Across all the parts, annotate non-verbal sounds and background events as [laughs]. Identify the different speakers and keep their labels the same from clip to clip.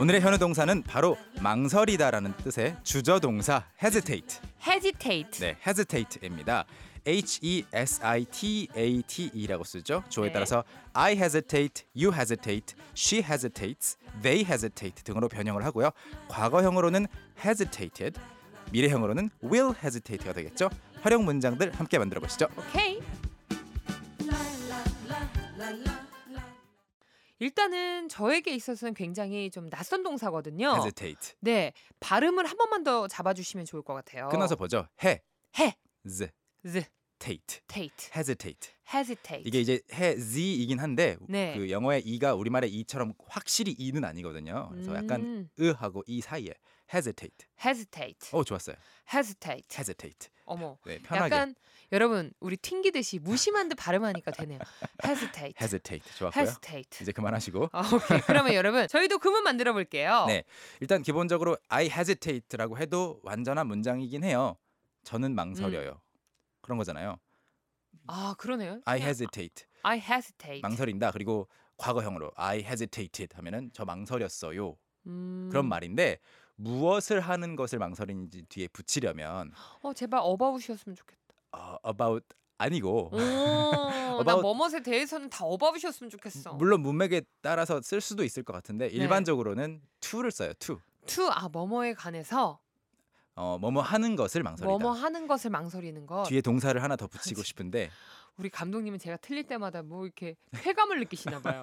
Speaker 1: 오늘의 현우 동사는 바로 망설이다라는 뜻의 주저 동사 hesitate.
Speaker 2: hesitate.
Speaker 1: 네, hesitate입니다. H E S I T A T E라고 쓰죠. 조에
Speaker 2: 네.
Speaker 1: 따라서 I hesitate, you hesitate, she hesitates, they hesitate 등으로 변형을 하고요. 과거형으로는 hesitated, 미래형으로는 will hesitate가 되겠죠. 활용 문장들 함께 만들어 보시죠.
Speaker 2: 오케이. 일단은 저에게 있어서는 굉장히 좀 낯선 동사거든요.
Speaker 1: hesitate.
Speaker 2: 네, 발음을 한 번만 더 잡아주시면 좋을 것 같아요.
Speaker 1: 끊어서 보죠. 해,
Speaker 2: 해,
Speaker 1: z,
Speaker 2: z,
Speaker 1: tate,
Speaker 2: tate,
Speaker 1: hesitate.
Speaker 2: hesitate.
Speaker 1: 이게 이제 해 z이긴 한데
Speaker 2: 네.
Speaker 1: 그 영어의 이가 우리말의 이처럼 확실히 이는 아니거든요. 그래서 약간
Speaker 2: 음,
Speaker 1: 으하고 이 사이에 hesitate.
Speaker 2: hesitate,
Speaker 1: 어 좋았어요.
Speaker 2: hesitate.
Speaker 1: hesitate.
Speaker 2: 어머,
Speaker 1: 네 편하게
Speaker 2: 약간 여러분 우리 튕기듯이 무심한 듯 발음하니까 되네요. hesitate,
Speaker 1: hesitate 좋았고요.
Speaker 2: hesitate.
Speaker 1: 이제 그만하시고
Speaker 2: 아, 오케이. 그러면 여러분 저희도 구문 만들어 볼게요.
Speaker 1: 네. 일단 기본적으로 I hesitate라고 해도 완전한 문장이긴 해요. 저는 망설여요. 그런 거잖아요.
Speaker 2: 음. 아 그러네요.
Speaker 1: I
Speaker 2: 그냥
Speaker 1: hesitate
Speaker 2: I hesitate.
Speaker 1: 망설인다. 그리고 과거형으로 I hesitated 하면은 저 망설였어요.
Speaker 2: 음.
Speaker 1: 그런 말인데 무엇을 하는 것을 망설이는지 뒤에 붙이려면
Speaker 2: 어 제발 어바웃이었으면 좋겠다.
Speaker 1: 어, about
Speaker 2: 음,
Speaker 1: 아니고
Speaker 2: 오, 나
Speaker 1: About-
Speaker 2: 뭐뭇에 대해서는 다 어바웃이었으면 좋겠어. 네.
Speaker 1: 물론 문맥에 따라서 쓸 수도 있을 것 같은데 일반적으로는 to를 써요. to.
Speaker 2: to 아 뭐뭐에 관해서
Speaker 1: 어, 뭐뭐 하는 것을 망설이다.
Speaker 2: 뭐뭐 하는 것을 망설이는 것.
Speaker 1: 뒤에 동사를 하나 더 붙이고 싶은데
Speaker 2: 우리 감독님은 제가 틀릴 때마다 뭐 이렇게 쾌감을 느끼시나
Speaker 1: [laughs]
Speaker 2: 봐요.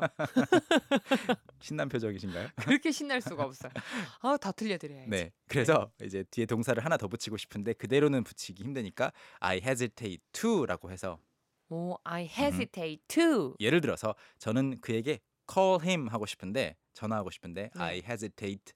Speaker 1: 신난 표정이신가요?
Speaker 2: 그렇게 신날 수가 없어요. 아 다 틀려드려야지.
Speaker 1: [laughs] 네. 그래서 이제 뒤에 동사를 하나 더 붙이고 싶은데 그대로는 붙이기 힘드니까 I hesitate to라고 해서
Speaker 2: 오 I hesitate to.
Speaker 1: 예를 들어서 저는 그에게 call him 하고 싶은데 전화하고 싶은데
Speaker 2: 네.
Speaker 1: I hesitate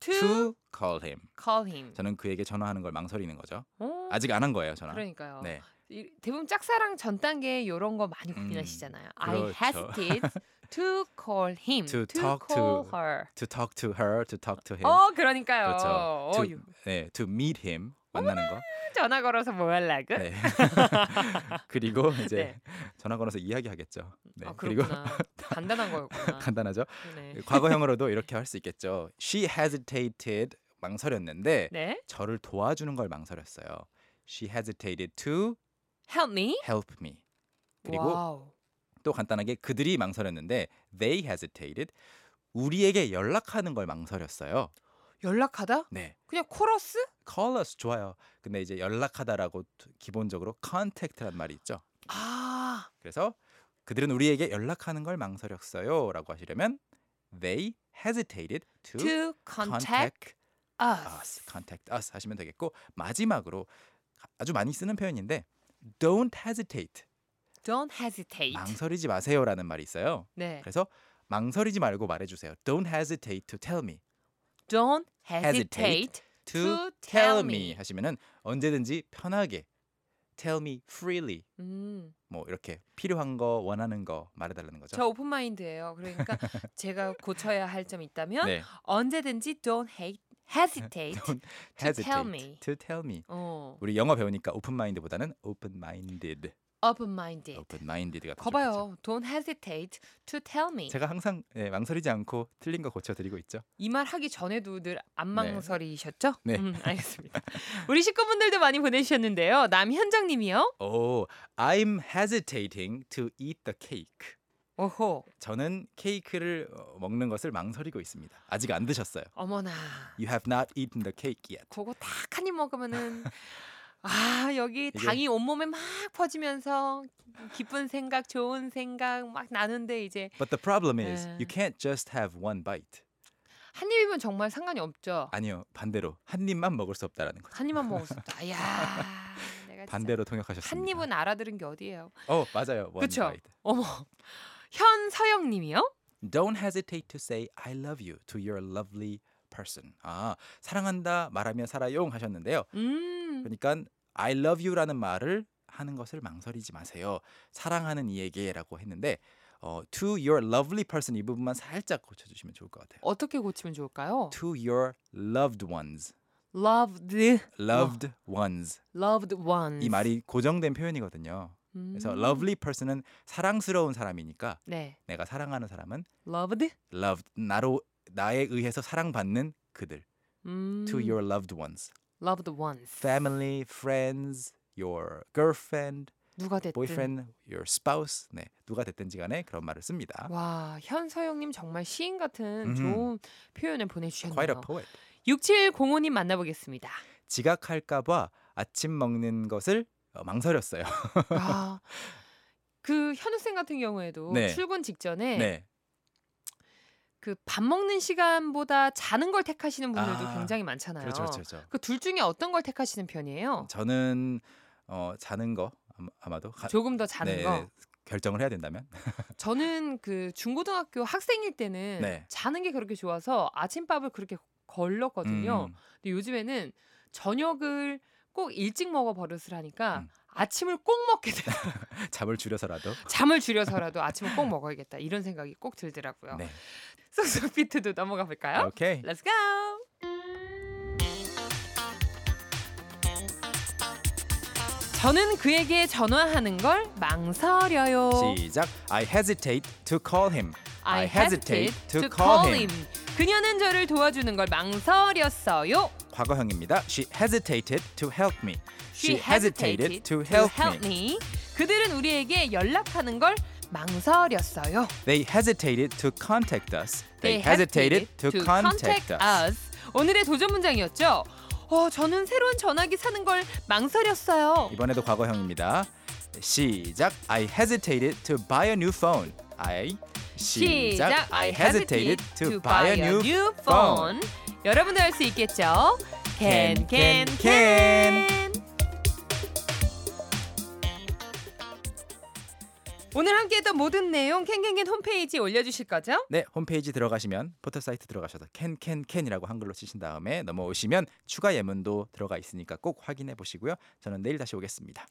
Speaker 2: to,
Speaker 1: to call him.
Speaker 2: call him.
Speaker 1: 저는 그에게 전화하는 걸 망설이는 거죠.
Speaker 2: 오,
Speaker 1: 아직 안 한 거예요, 전화.
Speaker 2: 그러니까요.
Speaker 1: 네.
Speaker 2: 이- 대부분 짝사랑 전 단계 이런 거 많이
Speaker 1: 음,
Speaker 2: 고민하시잖아요. I
Speaker 1: 그렇죠.
Speaker 2: hesitate to call him,
Speaker 1: To talk to.
Speaker 2: call her.
Speaker 1: To talk to her, to talk to him.
Speaker 2: 어 그러니까요.
Speaker 1: 예. 그렇죠.
Speaker 2: 어,
Speaker 1: to,
Speaker 2: 유-
Speaker 1: 네, to meet him 만나는 거.
Speaker 2: 전화 걸어서 뭐 하려고?
Speaker 1: 네. [laughs] 그리고 이제
Speaker 2: 네.
Speaker 1: 전화 걸어서 이야기하겠죠. 네.
Speaker 2: 아,
Speaker 1: 그리고
Speaker 2: 그렇구나. 간단한 거였구나.
Speaker 1: [laughs] 간단하죠.
Speaker 2: 네.
Speaker 1: 과거형으로도 이렇게 할
Speaker 2: [laughs]
Speaker 1: 수 있겠죠. She hesitated 망설였는데
Speaker 2: 네.
Speaker 1: 저를 도와주는 걸 망설였어요. She hesitated to
Speaker 2: Help me.
Speaker 1: help me. 그리고
Speaker 2: 와우.
Speaker 1: 또 간단하게 그들이 망설였는데 they hesitated 우리에게 연락하는 걸 망설였어요.
Speaker 2: 연락하다?
Speaker 1: 네.
Speaker 2: 그냥 코러스?
Speaker 1: call us 좋아요. 근데 이제 연락하다라고 기본적으로 contact란 말이 있죠.
Speaker 2: 아,
Speaker 1: 그래서 그들은 우리에게 연락하는 걸 망설였어요라고 하시려면 they hesitated to,
Speaker 2: to contact us.
Speaker 1: us, contact us 하시면 되겠고 마지막으로 아주 많이 쓰는 표현인데 don't hesitate
Speaker 2: Don't hesitate.
Speaker 1: 망설이지 그렇죠. 마세요라는 말이 있어요.
Speaker 2: 네.
Speaker 1: 그래서 망설이지 말고 말해주세요. Don't hesitate to tell me
Speaker 2: Don't hesitate
Speaker 1: hesitate
Speaker 2: to
Speaker 1: tell
Speaker 2: tell
Speaker 1: me
Speaker 2: me.
Speaker 1: 하시면은 언제든지 편하게 tell me freely
Speaker 2: 음,
Speaker 1: 뭐 이렇게 필요한 거 원하는 거 말해달라는 거죠.
Speaker 2: 저 오픈 마인드예요.
Speaker 1: [laughs]
Speaker 2: 그러니까 제가 고쳐야 할 점 있다면
Speaker 1: 네.
Speaker 2: 언제든지 don't
Speaker 1: [laughs]
Speaker 2: hate, hesitate.
Speaker 1: Don't
Speaker 2: To
Speaker 1: hesitate
Speaker 2: tell me.
Speaker 1: to tell me.
Speaker 2: 어,
Speaker 1: 우리 영어 배우니까 오픈 마인드보다는 open minded,
Speaker 2: open minded.
Speaker 1: open minded가 더 좋겠죠.
Speaker 2: 예. 거봐요. Don't hesitate to tell me.
Speaker 1: 제가 항상 예, 망설이지 않고 틀린 거 고쳐 드리고 있죠.
Speaker 2: 이 말 하기 전에도 늘 안망설이셨죠?
Speaker 1: 네.
Speaker 2: 음, 알겠습니다. 우리 식구분들도 많이 보내주셨는데요. 남현정님이요.
Speaker 1: 오, Oh, I'm hesitating to eat the cake.
Speaker 2: 오호,
Speaker 1: 저는 케이크를 어, 먹는 것을 망설이고 있습니다. 아직 안 드셨어요.
Speaker 2: 어머나.
Speaker 1: You have not eaten the cake yet.
Speaker 2: 그거 딱 한 입 먹으면은 아 여기
Speaker 1: 이게-
Speaker 2: 당이 온몸에 막 퍼지면서 기쁜 생각, 좋은 생각 막 나는데 이제
Speaker 1: But the problem is
Speaker 2: 네.
Speaker 1: you can't just have one bite.
Speaker 2: 한 입이면 정말 상관이 없죠.
Speaker 1: 아니요, 반대로 한 입만 먹을 수 없다라는 거죠.
Speaker 2: 한 입만 먹었었다.
Speaker 1: [laughs]
Speaker 2: 야, 내가 진짜
Speaker 1: 반대로 통역하셨습니다.
Speaker 2: 한 입은 알아들은 게 어디예요?
Speaker 1: 어, 맞아요. One
Speaker 2: 그쵸?
Speaker 1: bite.
Speaker 2: 어머, 현서영님이요.
Speaker 1: Don't hesitate to say I love you to your lovely person. 아, 사랑한다 말하며 살아용 하셨는데요.
Speaker 2: 음,
Speaker 1: 그러니까 I love you라는 말을 하는 것을 망설이지 마세요. 사랑하는 이에게라고 했는데 어, to your lovely person 이 부분만 살짝 고쳐 주시면 좋을 것 같아요.
Speaker 2: 어떻게 고치면 좋을까요?
Speaker 1: to your loved ones.
Speaker 2: loved
Speaker 1: loved ones
Speaker 2: loved ones
Speaker 1: 이 말이 고정된 표현이거든요.
Speaker 2: 음.
Speaker 1: 그래서 lovely person은 사랑스러운 사람이니까
Speaker 2: 네
Speaker 1: 내가 사랑하는 사람은
Speaker 2: loved
Speaker 1: loved 나로 나에 의해서 사랑받는 그들
Speaker 2: 음.
Speaker 1: to your loved ones
Speaker 2: loved ones
Speaker 1: family friends your girlfriend
Speaker 2: 누가 됐든
Speaker 1: boyfriend your spouse 네 누가 됐든지 간에 그런 말을 씁니다.
Speaker 2: 와 현서영님 정말 시인 같은
Speaker 1: 음흠.
Speaker 2: 좋은 표현을
Speaker 1: Quite
Speaker 2: 보내주셨네요.
Speaker 1: a poet.
Speaker 2: 6705님
Speaker 1: [laughs]
Speaker 2: 만나보겠습니다.
Speaker 1: 지각할까봐 아침 먹는 것을 어, 망설였어요.
Speaker 2: 아, 그 현우 쌤 같은 경우에도
Speaker 1: 네.
Speaker 2: 출근 직전에
Speaker 1: 네.
Speaker 2: 그 밥 먹는 시간보다 자는 걸 택하시는 분들도
Speaker 1: 아,
Speaker 2: 굉장히 많잖아요.
Speaker 1: 그렇죠, 그렇죠, 그렇죠.
Speaker 2: 그 둘 중에 어떤 걸 택하시는 편이에요?
Speaker 1: 저는 어, 자는 거 아마- 아마도 가-
Speaker 2: 조금 더 자는
Speaker 1: 네,
Speaker 2: 거.
Speaker 1: 네, 결정을 해야 된다면
Speaker 2: 저는 그 중고등학교 학생일 때는
Speaker 1: 네.
Speaker 2: 자는 게 그렇게 좋아서 아침밥을 그렇게 걸렀거든요.
Speaker 1: 음,
Speaker 2: 근데 요즘에는 저녁을 꼭 일찍 먹어 버릇을 하니까
Speaker 1: 음.
Speaker 2: 아침을 꼭 먹게
Speaker 1: [laughs]
Speaker 2: 돼요.
Speaker 1: 잠을 줄여서라도
Speaker 2: 잠을 줄여서라도 아침을 꼭 먹어야겠다 이런 생각이 꼭 들더라고요. 네.
Speaker 1: 네.
Speaker 2: 쏙쏙 비트도 넘어가 볼까요?
Speaker 1: 오케이.
Speaker 2: Let's go. 저는 그에게 전화하는 걸 망설여요.
Speaker 1: 시작. I hesitate to call him. I hesitate to call him.
Speaker 2: 그녀는 저를 도와주는 걸 망설였어요.
Speaker 1: 과거형입니다. She hesitated to help me.
Speaker 2: She hesitated to help me. 그들은 우리에게 연락하는 걸 망설였어요.
Speaker 1: They hesitated to contact us.
Speaker 2: They hesitated to contact us. 오늘의 도전 문장이었죠. 어, 저는 새로운 전화기 사는 걸 망설였어요.
Speaker 1: 이번에도 과거형입니다. 시작. I hesitated to buy a new phone. I
Speaker 2: 시작. I hesitated to buy a new phone. 여러분도 할 수 있겠죠? Can can can. 오늘 함께했던 모든 내용 캔캔캔 홈페이지에 올려주실 거죠?
Speaker 1: 네, 홈페이지 들어가시면 포털 사이트 들어가셔서 캔캔캔이라고 한글로 치신 다음에 넘어오시면 추가 예문도 들어가 있으니까 꼭 확인해 보시고요. 저는 내일 다시 오겠습니다.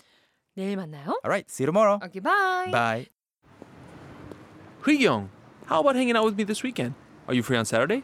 Speaker 2: 내일 만나요.
Speaker 1: Alright, see you tomorrow.
Speaker 2: Okay, bye.
Speaker 1: Bye.
Speaker 3: Hui Young, how about hanging out with me this weekend? Are you free on Saturday?